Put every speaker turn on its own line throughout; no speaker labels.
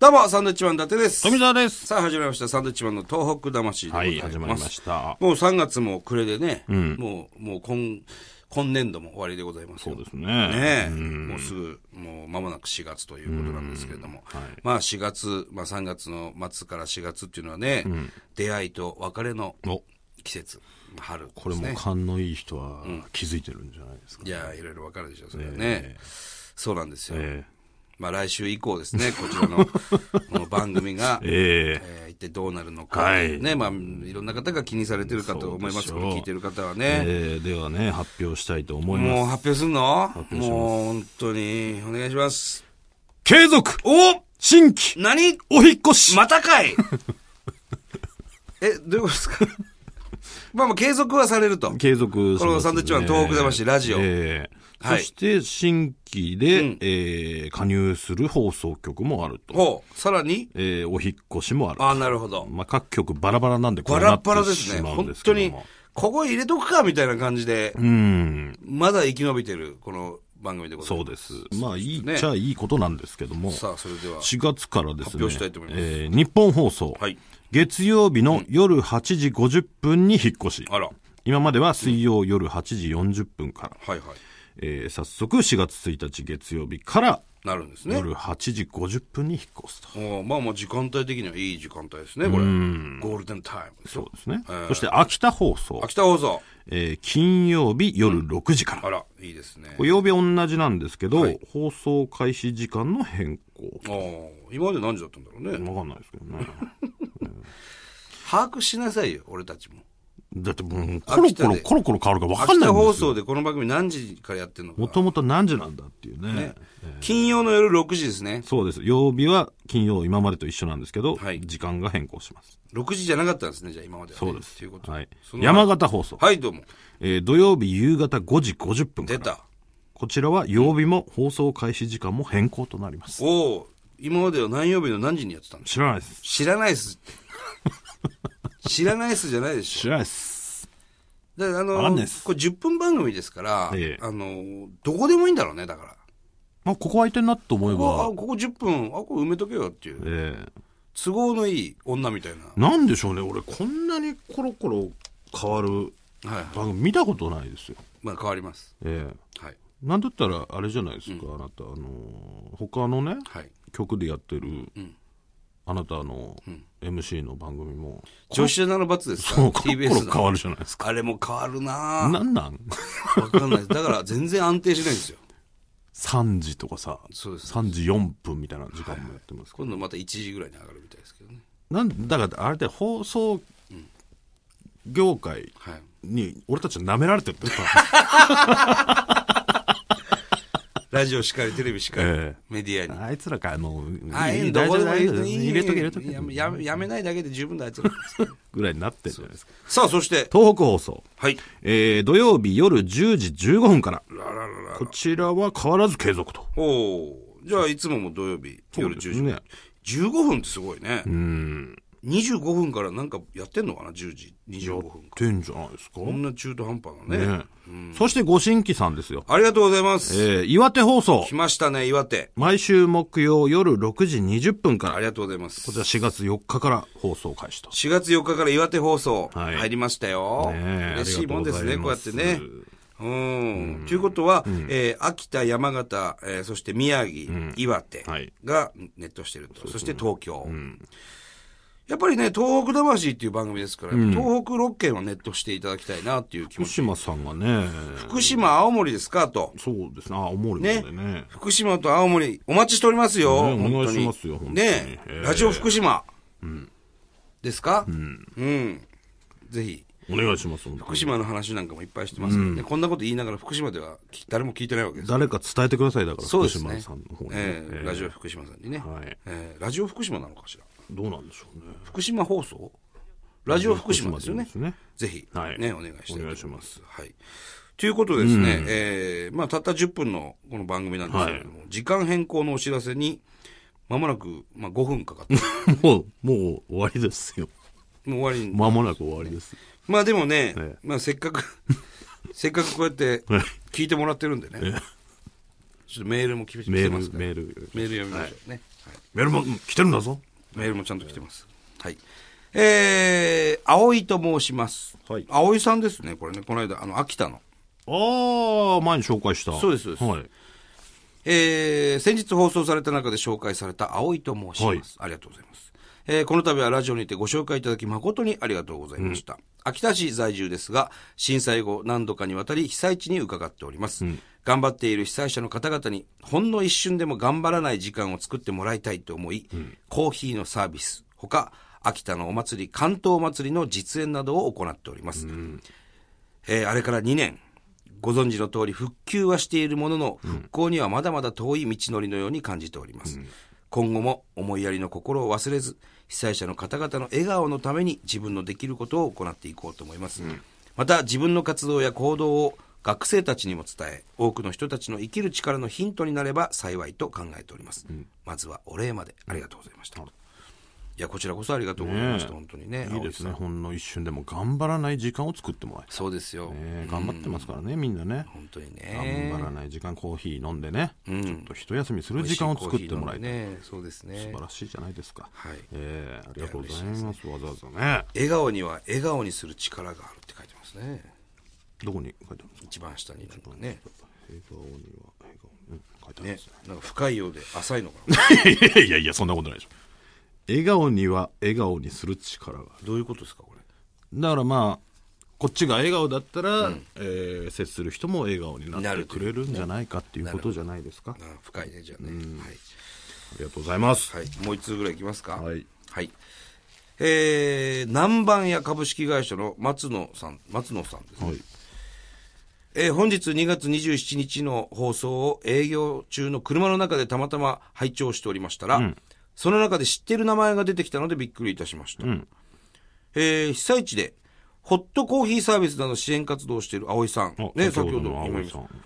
どうも、サンドウィッチマン伊達です。
富澤です。
さあ、始まりました。サンドウィッチマンの東北魂でございます。
はい始まりました
もう3月も暮れでね、もう、もう今、今年度も終わりでございますよ。
そうですね。
ねえ、
うん
もうすぐ、もう間もなく4月ということなんですけれども、まあ4月、まあ3月の末から4月っていうのはね、出会いと別れの
お、
季節、春ですね。
これも勘のいい人は気づいてるんじゃないですか。
いや、いろいろわかるでしょ、それはね。
え
そうなんですよ。
え
まあ来週以降ですね、こちら のこの番組が、
えええ
えー一体どうなるのか、
はい
ね、まあ、いろんな方が気にされてるかと思いますけど、
そうでしょ
聞
う
いてる方はね。
ええではね、発表したいと思い
もう
ます。
発表すんの
表します
もう本当に、お願いします。
継続
お
新規
何
お引っ越し、
またか いえ、どういうことですかまあまあ継続はされると。
継続します、
このサンドイッチマン東北魂ラジオ
ええ
はい
そして、新規で、
うん
ええ加入する放送局もあると。
ほう、さらに
ええお引っ越しもあると。
ああ、なるほど。
まあ、各局バラバラなんで、こ
バ
うな
ラ
って
バラです
し
ね。
まうん
本
ですけ
当
ども
に、ここ入れとくかみたいな感じで、
うん。
まだ生き延びてる、この番組でござい
そ
ま
う
す。
です。まあ、いい
ね
っちゃいいことなんですけども、
さあ、それでは。
4月からです
発
ね、
表したいと思います
えー日本放送、
はい。
月曜日の夜8時50分に引っ越し。
あら。は
今までは水曜夜8時40分から、
いはい。
えー早速4月1日月曜日から
なるんですね。
夜8時50分に引っ越すと。
おーまあまあ時間帯的にはいい時間帯ですね、これ。ゴールデンタイムです
そ
よ
う。ですね。そして秋田放送、
秋田放送。
えー金曜日夜6時から。
あら、いいですね。
これ曜日同じなんですけど、
はい
放送開始時間の変更。
おー今まで何時だったんだろうね。
わかんないですけどね。
把握しなさいよ、俺たちも。
だってもう、コロコロ、コロコロ変わるから分か
秋
んない
田
んで
放
すよ。
送でこの番組何時からやってんの
も
か。
ともと何時なんだっていうね。
ね金曜の夜6時ですね。
そうです。曜日は金曜、今までと一緒なんですけど、
はい
時間が変更します。
6時じゃなかったんですね、じゃあ今まではね、
そうです。
ということで
はい
そ。の
山形放送、
はい、どうも。
えー土曜日夕方5時50分か
出
ら。
た。
こちらは曜日も放送開始時間も変更となります。
おお今までは何曜日の何時にやってたんです
知らないです。
知らないっ す。知らないっすじゃないでしょ
知らないです。
だからあ
わか
の
んないっす
これ10分番組ですから、
ええ
あの、どこでもいいんだろうね、だから。
まあ、ここ空いてんなと思え
ここあ
ば
こ、こ10分、あ、これ埋めとけよっていう。
えー
都合のいい女みたいな。
なんでしょうね。俺、こんなにコロコロ変わる
はい。
番組見たことないですよ。
まあ変わります。
ええ
はい。
なんだったらあれじゃないですか、あなたあのー他のね
はい。
曲でやってる、
ん
あなたの MC の番 組も、
女子7の罰です か
そうコロ
TBS
コロ変
の。
わるじゃないです
あれも変わる
か
な
なんなん
ぁわかんないです。だから全然安定しないんですよ。
3時とかさ
そうです
3時4分みたいな時間もやってますけ
今度また1時ぐらいに上がるみたいですけどね。
ど、なんだからあれって放送業界
はい。
に俺たちは舐められてるって こと
ラジオしかり、テレビしかり、
ええ
メディアに。
あいつらかもう
ああい
いうい
のどこでもいい
大丈夫大丈夫入れとけ入れとけ
やめやめやめないだけで十分だあいつら
ぐらいになってるじゃないですか
さあ、そして、
東北放送
はい。
えー土曜日夜10時15分から。
ララララ
こちらは変わらず継続と。
おおーじゃあ、いつもも土曜日、夜10
そうで
時。
すね
15分ってすごいね。
うん。
25分からなんかやってんのかな ?10 時、25分。
てんじゃないですか
こんな中途半端なね。
ねそしてご新規さんですよ。
ありがとうございます。
えー岩手放送
来。ましたね、岩手。
毎週木曜夜6時20分か
あ
ら。
りがとうございます。
こちら4月4日から放送開始と。
4月4日から岩手放送
はい
入りましたよ。
ねえ
嬉しいもんですね、
あり
こうや
が
っ
と
て
うございます
ね。うん。ということは、えー秋田、山形、えーそして宮城、岩手
はい
がネットしてると。そして東京。やっぱりね、東北魂っていう番組ですから、東北6県はネットしていただきたいなっていう気
福
持ち。
島さんがね、
福島、青森ですかと。
そうですね。あ、思うもんでね。
福島と青森、お待ちしておりますよ。
ね
本当に
お願いしますよ本当に
ねえ
ええ
ラジオ福島。ですかうん。ぜひ、
お願いします。本当
福
に
島の話なんかもいっぱいしてますけどね、こんなこと言いながら福島ではき誰も聞いてないわけです。
誰か伝えてください。だから、
そう
福
です
島
ね
さんの方に。。
ええ
えー
ラジオ福島さんにね。
はい
ええラジオ福島なのかしら。
どうなんでしょうね。
福島放送ラジオ福島ですよね
福。島で
ぜひ、
はい
ね、お願いしたいと思
お願いします。
はい。ということでですね、えーまあ、たった10分のこの番組なんですけれども、時間変更のお知らせに、まもなく、まあ、5分かか って、も
すね。もう、もう終わりですよ。
う終わりに。
まもなく終わりです。
まあでもね、
ええ
まあせっか く、せっかくこうやって
え
聞いてもらってるんでね、
え
ちょっとメールも厳しく
メ
てます
ー
か
ル、
ら、
メール。
メール読みましょうね。
メールも来てるんだぞ。
メールもちゃんと来てます。はい。えー、葵と申します。
はい
葵さんですね、これね、この間、あの、秋田の。
ああ、前に紹介した。
そうですそうです
はい。
えー先日放送された中で紹介された葵と申します。ありがとうございます。えーこの度はラジオにてご紹介いただき誠にありがとうございました。秋田市在住ですが、震災後何度かにわたり被災地に伺っております。頑張っている被災者の方々に、ほんの一瞬でも頑張らない時間を作ってもらいたいと思い、コーヒーのサービス、ほか、秋田のお祭り、関東祭りの実演などを行っております。えーあれから2年、ご存知の通り復旧はしているものの、復興にはまだまだ遠い道のりのように感じております。今後も思いやりの心を忘れず、被災者の方々の笑顔のために自分のできることを行っていこうと思います。また自分の活動や行動を学生たちにも伝え、多くの人たちの生きる力のヒントになれば幸いと考えております。まずはお礼までありがとうございました。いや、こちらこそありがとうございました。
ねえ
本当にね。
いいですね。ほんの一瞬でも頑張らない時間を作ってもらいたい
そうですよ。
ね頑張ってますからね、みんなね。
本当にね。
頑張らない時間、コーヒー飲んでね、ちょっと一休みする時間を作ってもらいたい。
ね。そうです
素
ね
晴。らしいじゃないですか。
はい
ええありがとうございます。わざわざね。
笑顔には笑顔にする力があるって書いてますね。
どこに書いてあるんですか
一番下になんかね。
笑顔には笑顔に、うん書いてあるん
ね
ですね。、
なんか深いようで浅いのかな。
いやいやいや、そんなことないでしょ。笑顔には笑顔にする力がある。
どういうことですか、これ。
だからまあ、こっちが笑顔だったら、えー接する人も笑顔になってくれるんじゃないかっていうことじゃないですか。
あ深いね、じゃあね。はい。
ありがとうございます。
はい。もう一通ぐらいいきますか。
はい。
はい。えー、南蛮屋株式会社の松野さん、松野さんですね。
はい。
えー本日2月27日の放送を営業中の車の中でたまたま拝聴しておりましたら、その中で知ってる名前が出てきたのでびっくりいたしました。えー被災地で、ホットコーヒーサービスなど支援活動をしている葵さん。
あ
ね、先ほど
の
今言いま
葵
し
さ
た。
ん。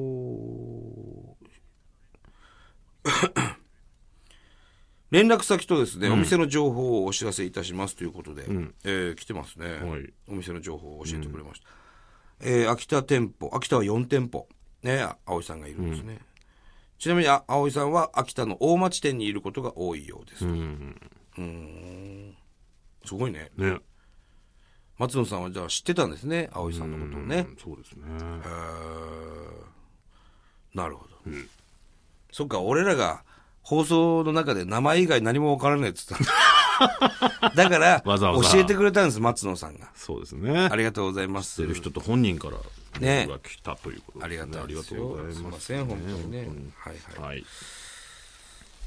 お ー連絡先とですね、お店の情報をお知らせいたしますということで、えー来てますね、
はい
お店の情報を教えてくれました。えー秋田店舗、秋田は4店舗、ね、葵さんがいるんですね。ちなみに、あ葵さんは秋田の大町店にいることが多いようです。うーんすごいね。
ね。
松野さんはじゃあ知ってたんですね、葵さんのことをね。
うんそうですね。
えーなるほど、そっか俺らが放送の中で名前以外何も分からないって言った んだだから
わざわざ
教えてくれたんです松野さんが
そうですね。
ありがとうございます
知ってる人と本人から
ね
メールが来たということ
あり
です
が
ね
たいです
ありがとう
よ
ございます
い
す。
ません本当にねはいはい、
はい。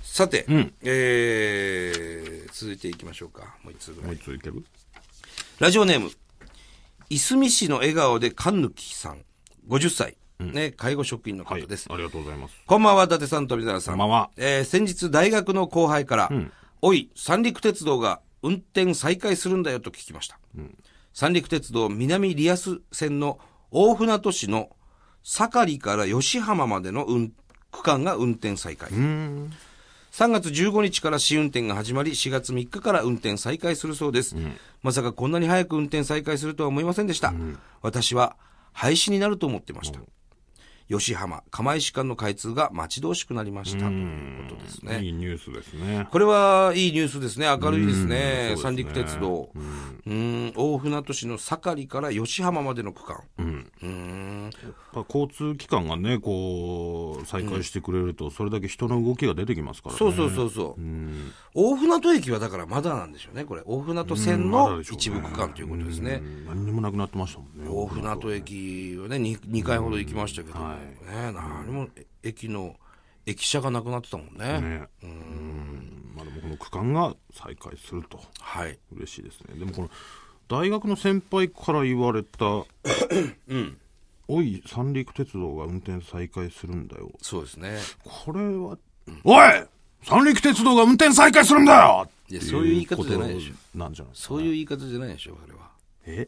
さて、えー続いていきましょうかもう一つぐらい
もう一ついける
ラジオネーム、いすみ市の笑顔でかんぬきさん、50歳、ね、介護職員の方
はい。あ
で
り
す。
がとうございます。
こんばんは、伊達さん、富澤さん。
こんばんは
えー先日、大学の後輩から、おい、三陸鉄道が運転再開するんだよと聞きました。三陸鉄道南リアス線の大船渡市の盛りから吉浜までの運区間が運転再開。3月15日から試運転が始まり、4月3日から運転再開するそうです。まさかこんなに早く運転再開するとは思いませんでした。私は廃止になると思ってました。吉浜、釜石間の開通が待ち遠しくなりました。ということですね。
いいニュースですね。
これはいいニュースですね。明るいですね。
うんそう
三
ですね
陸鉄道。うん、大船渡市の盛りから吉浜までの区間。うん。
やっぱ交通機関がね、こう、再開してくれると、それだけ人の動きが出てきますからね。
そうそうそうそう。大船渡駅はだからまだなんでしょうね。これ。大船渡線
うんまだ
の
でしょうね
一部区間ということですね
う。ん何にもなくなってましたもんね。
大船渡駅をね、2, 二回ほど行きましたけど、
は
ね、何も駅の、駅舎がなくなってたもんね。
ね。うん。まあでもこの区間が再開すると。
はい。
嬉しいですね。でもこの、大学の先輩から言われた、おい、三陸鉄道が運転再開するんだよ。
そうですね。
これは、おい三陸鉄道が運転再開するんだよ
いやそういう言い方じゃないでしょ
ょ。なんじゃないですか
そういう言い方じゃないでしょ、それは。
え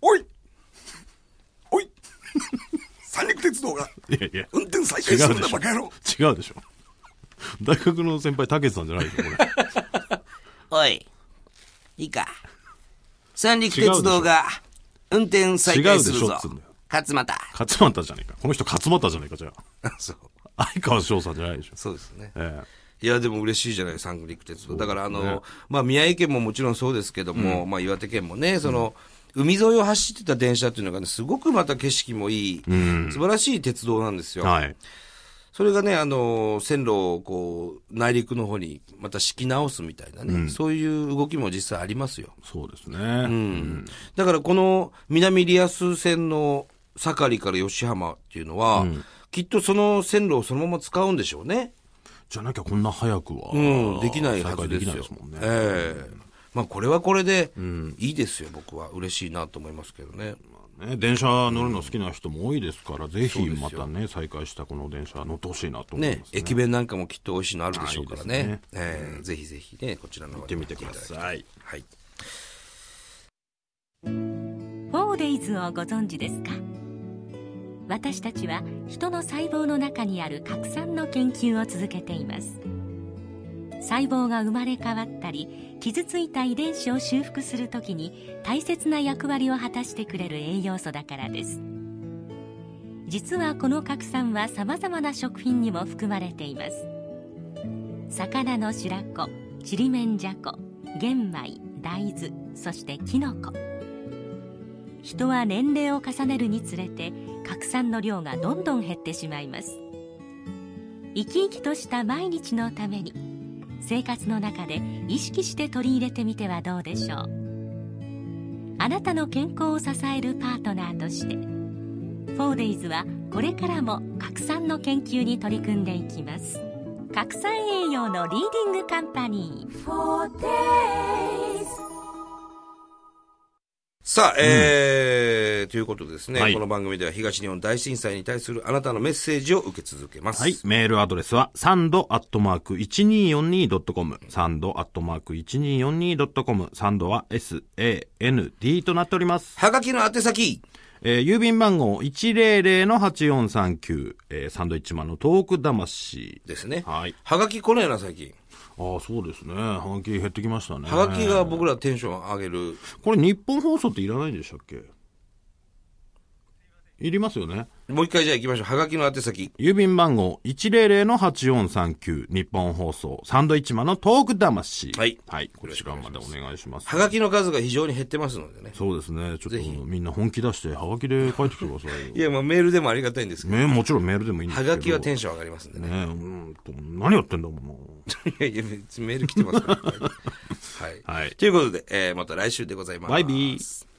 おいおい三陸鉄 道が
いやいや。
運転再
開するんだバ
カ野郎
違うでしょ大学の先輩たけしさんじゃないでしょこれ
おい、いいか。三陸 鉄道が運転再開する
違う
ぞ
でしょっつうんだよ。
勝俣。
勝俣じゃねえかこの人勝俣じゃねえかじゃあ
そう。
相川翔さんじゃないでしょ。
そうですね。
え
いや、でも嬉しいじゃない、三陸鉄道。だから、あの、
ね
まあ、宮城県ももちろんそうですけども、まあ、岩手県もね、その、海沿いを走ってた電車っていうのがね、すごくまた景色もいい、素晴らしい鉄道なんです
え
よ。
はい。
それがね、あの、線路をこう、内陸の方にまた敷き直すみたいなね、そういう動きも実際ありますよ。
そうですね。
うんだからこの南リアス線の盛りから吉浜っていうのは、きっとその線路をそのまま使うんでしょうね。
じゃなきゃこんな早くは、
うん、できないはず
再開
で
ですきな
よ。
いですもんね。
ええまあこれはこれで、いいですよ、僕は。嬉しいなと思いますけどね。
ね電車乗るの好きな人も多いですから、ぜひまたね、再開したこの電車乗ってほしいなと思い
ね
ます、、
駅弁なんかもきっと美味しいのあるでしょうからね。
あいいですね
ええぜひぜひね、こちらの方行って
みてください。
はい。
フォーデイズをご存知ですか私たちは人の細胞の中にある核酸の研究を続けています細胞が生まれ変わったり傷ついた遺伝子を修復するときに大切な役割を果たしてくれる栄養素だからです実はこの核酸はさまざまな食品にも含まれています魚の白子ちりめんじゃこ玄米大豆そしてきのこ人は年齢を重ねるにつれて核酸の量がどんどん減ってしまいます生き生きとした毎日のために生活の中で意識して取り入れてみてはどうでしょうあなたの健康を支えるパートナーとしてフォーデイズはこれからも核酸の研究に取り組んでいきます核酸栄養のリーディングカンパニー
さあ、えーということでですね、
はい
この番組では東日本大震災に対するあなたのメッセージを受け続けます。
はい。メールアドレスは、サンドアットマーク 1242.com。サンドアットマーク 1242.com。サンドは SAND となっております。
はがきの宛先、
えー郵便番号100-8439。えーサンドイッチマンのトーク魂。
ですね。
はい。
はがき来ないな、最近。
ああ、そうですね。はがき減ってきましたね。
はがきが僕らテンション上げる。
これ日本放送っていらないんでしたっけいりますよね。
もう一回じゃあ行きましょう。はがきの宛先。
郵便番号100-8439日本放送サンドイッチマンのトーク魂。
はい
はい。こちらまでお願いします。
はがきの数が非常に減ってますのでね。
そうですね。ちょっ
ひ
とみんな本気出して、はがきで書いてきてください よ。
いや、まあメールでもありがたいんですけど、
ね、もちろんメールでもいいんです
は
けど。
がきはテ
ね、
ンション上がりますんで
う
ね。
んと、何やってんだもん
いやいや、 別にメール来てますから。はい。
な。はい。
ということで、えーまた来週でございます。
バイビー。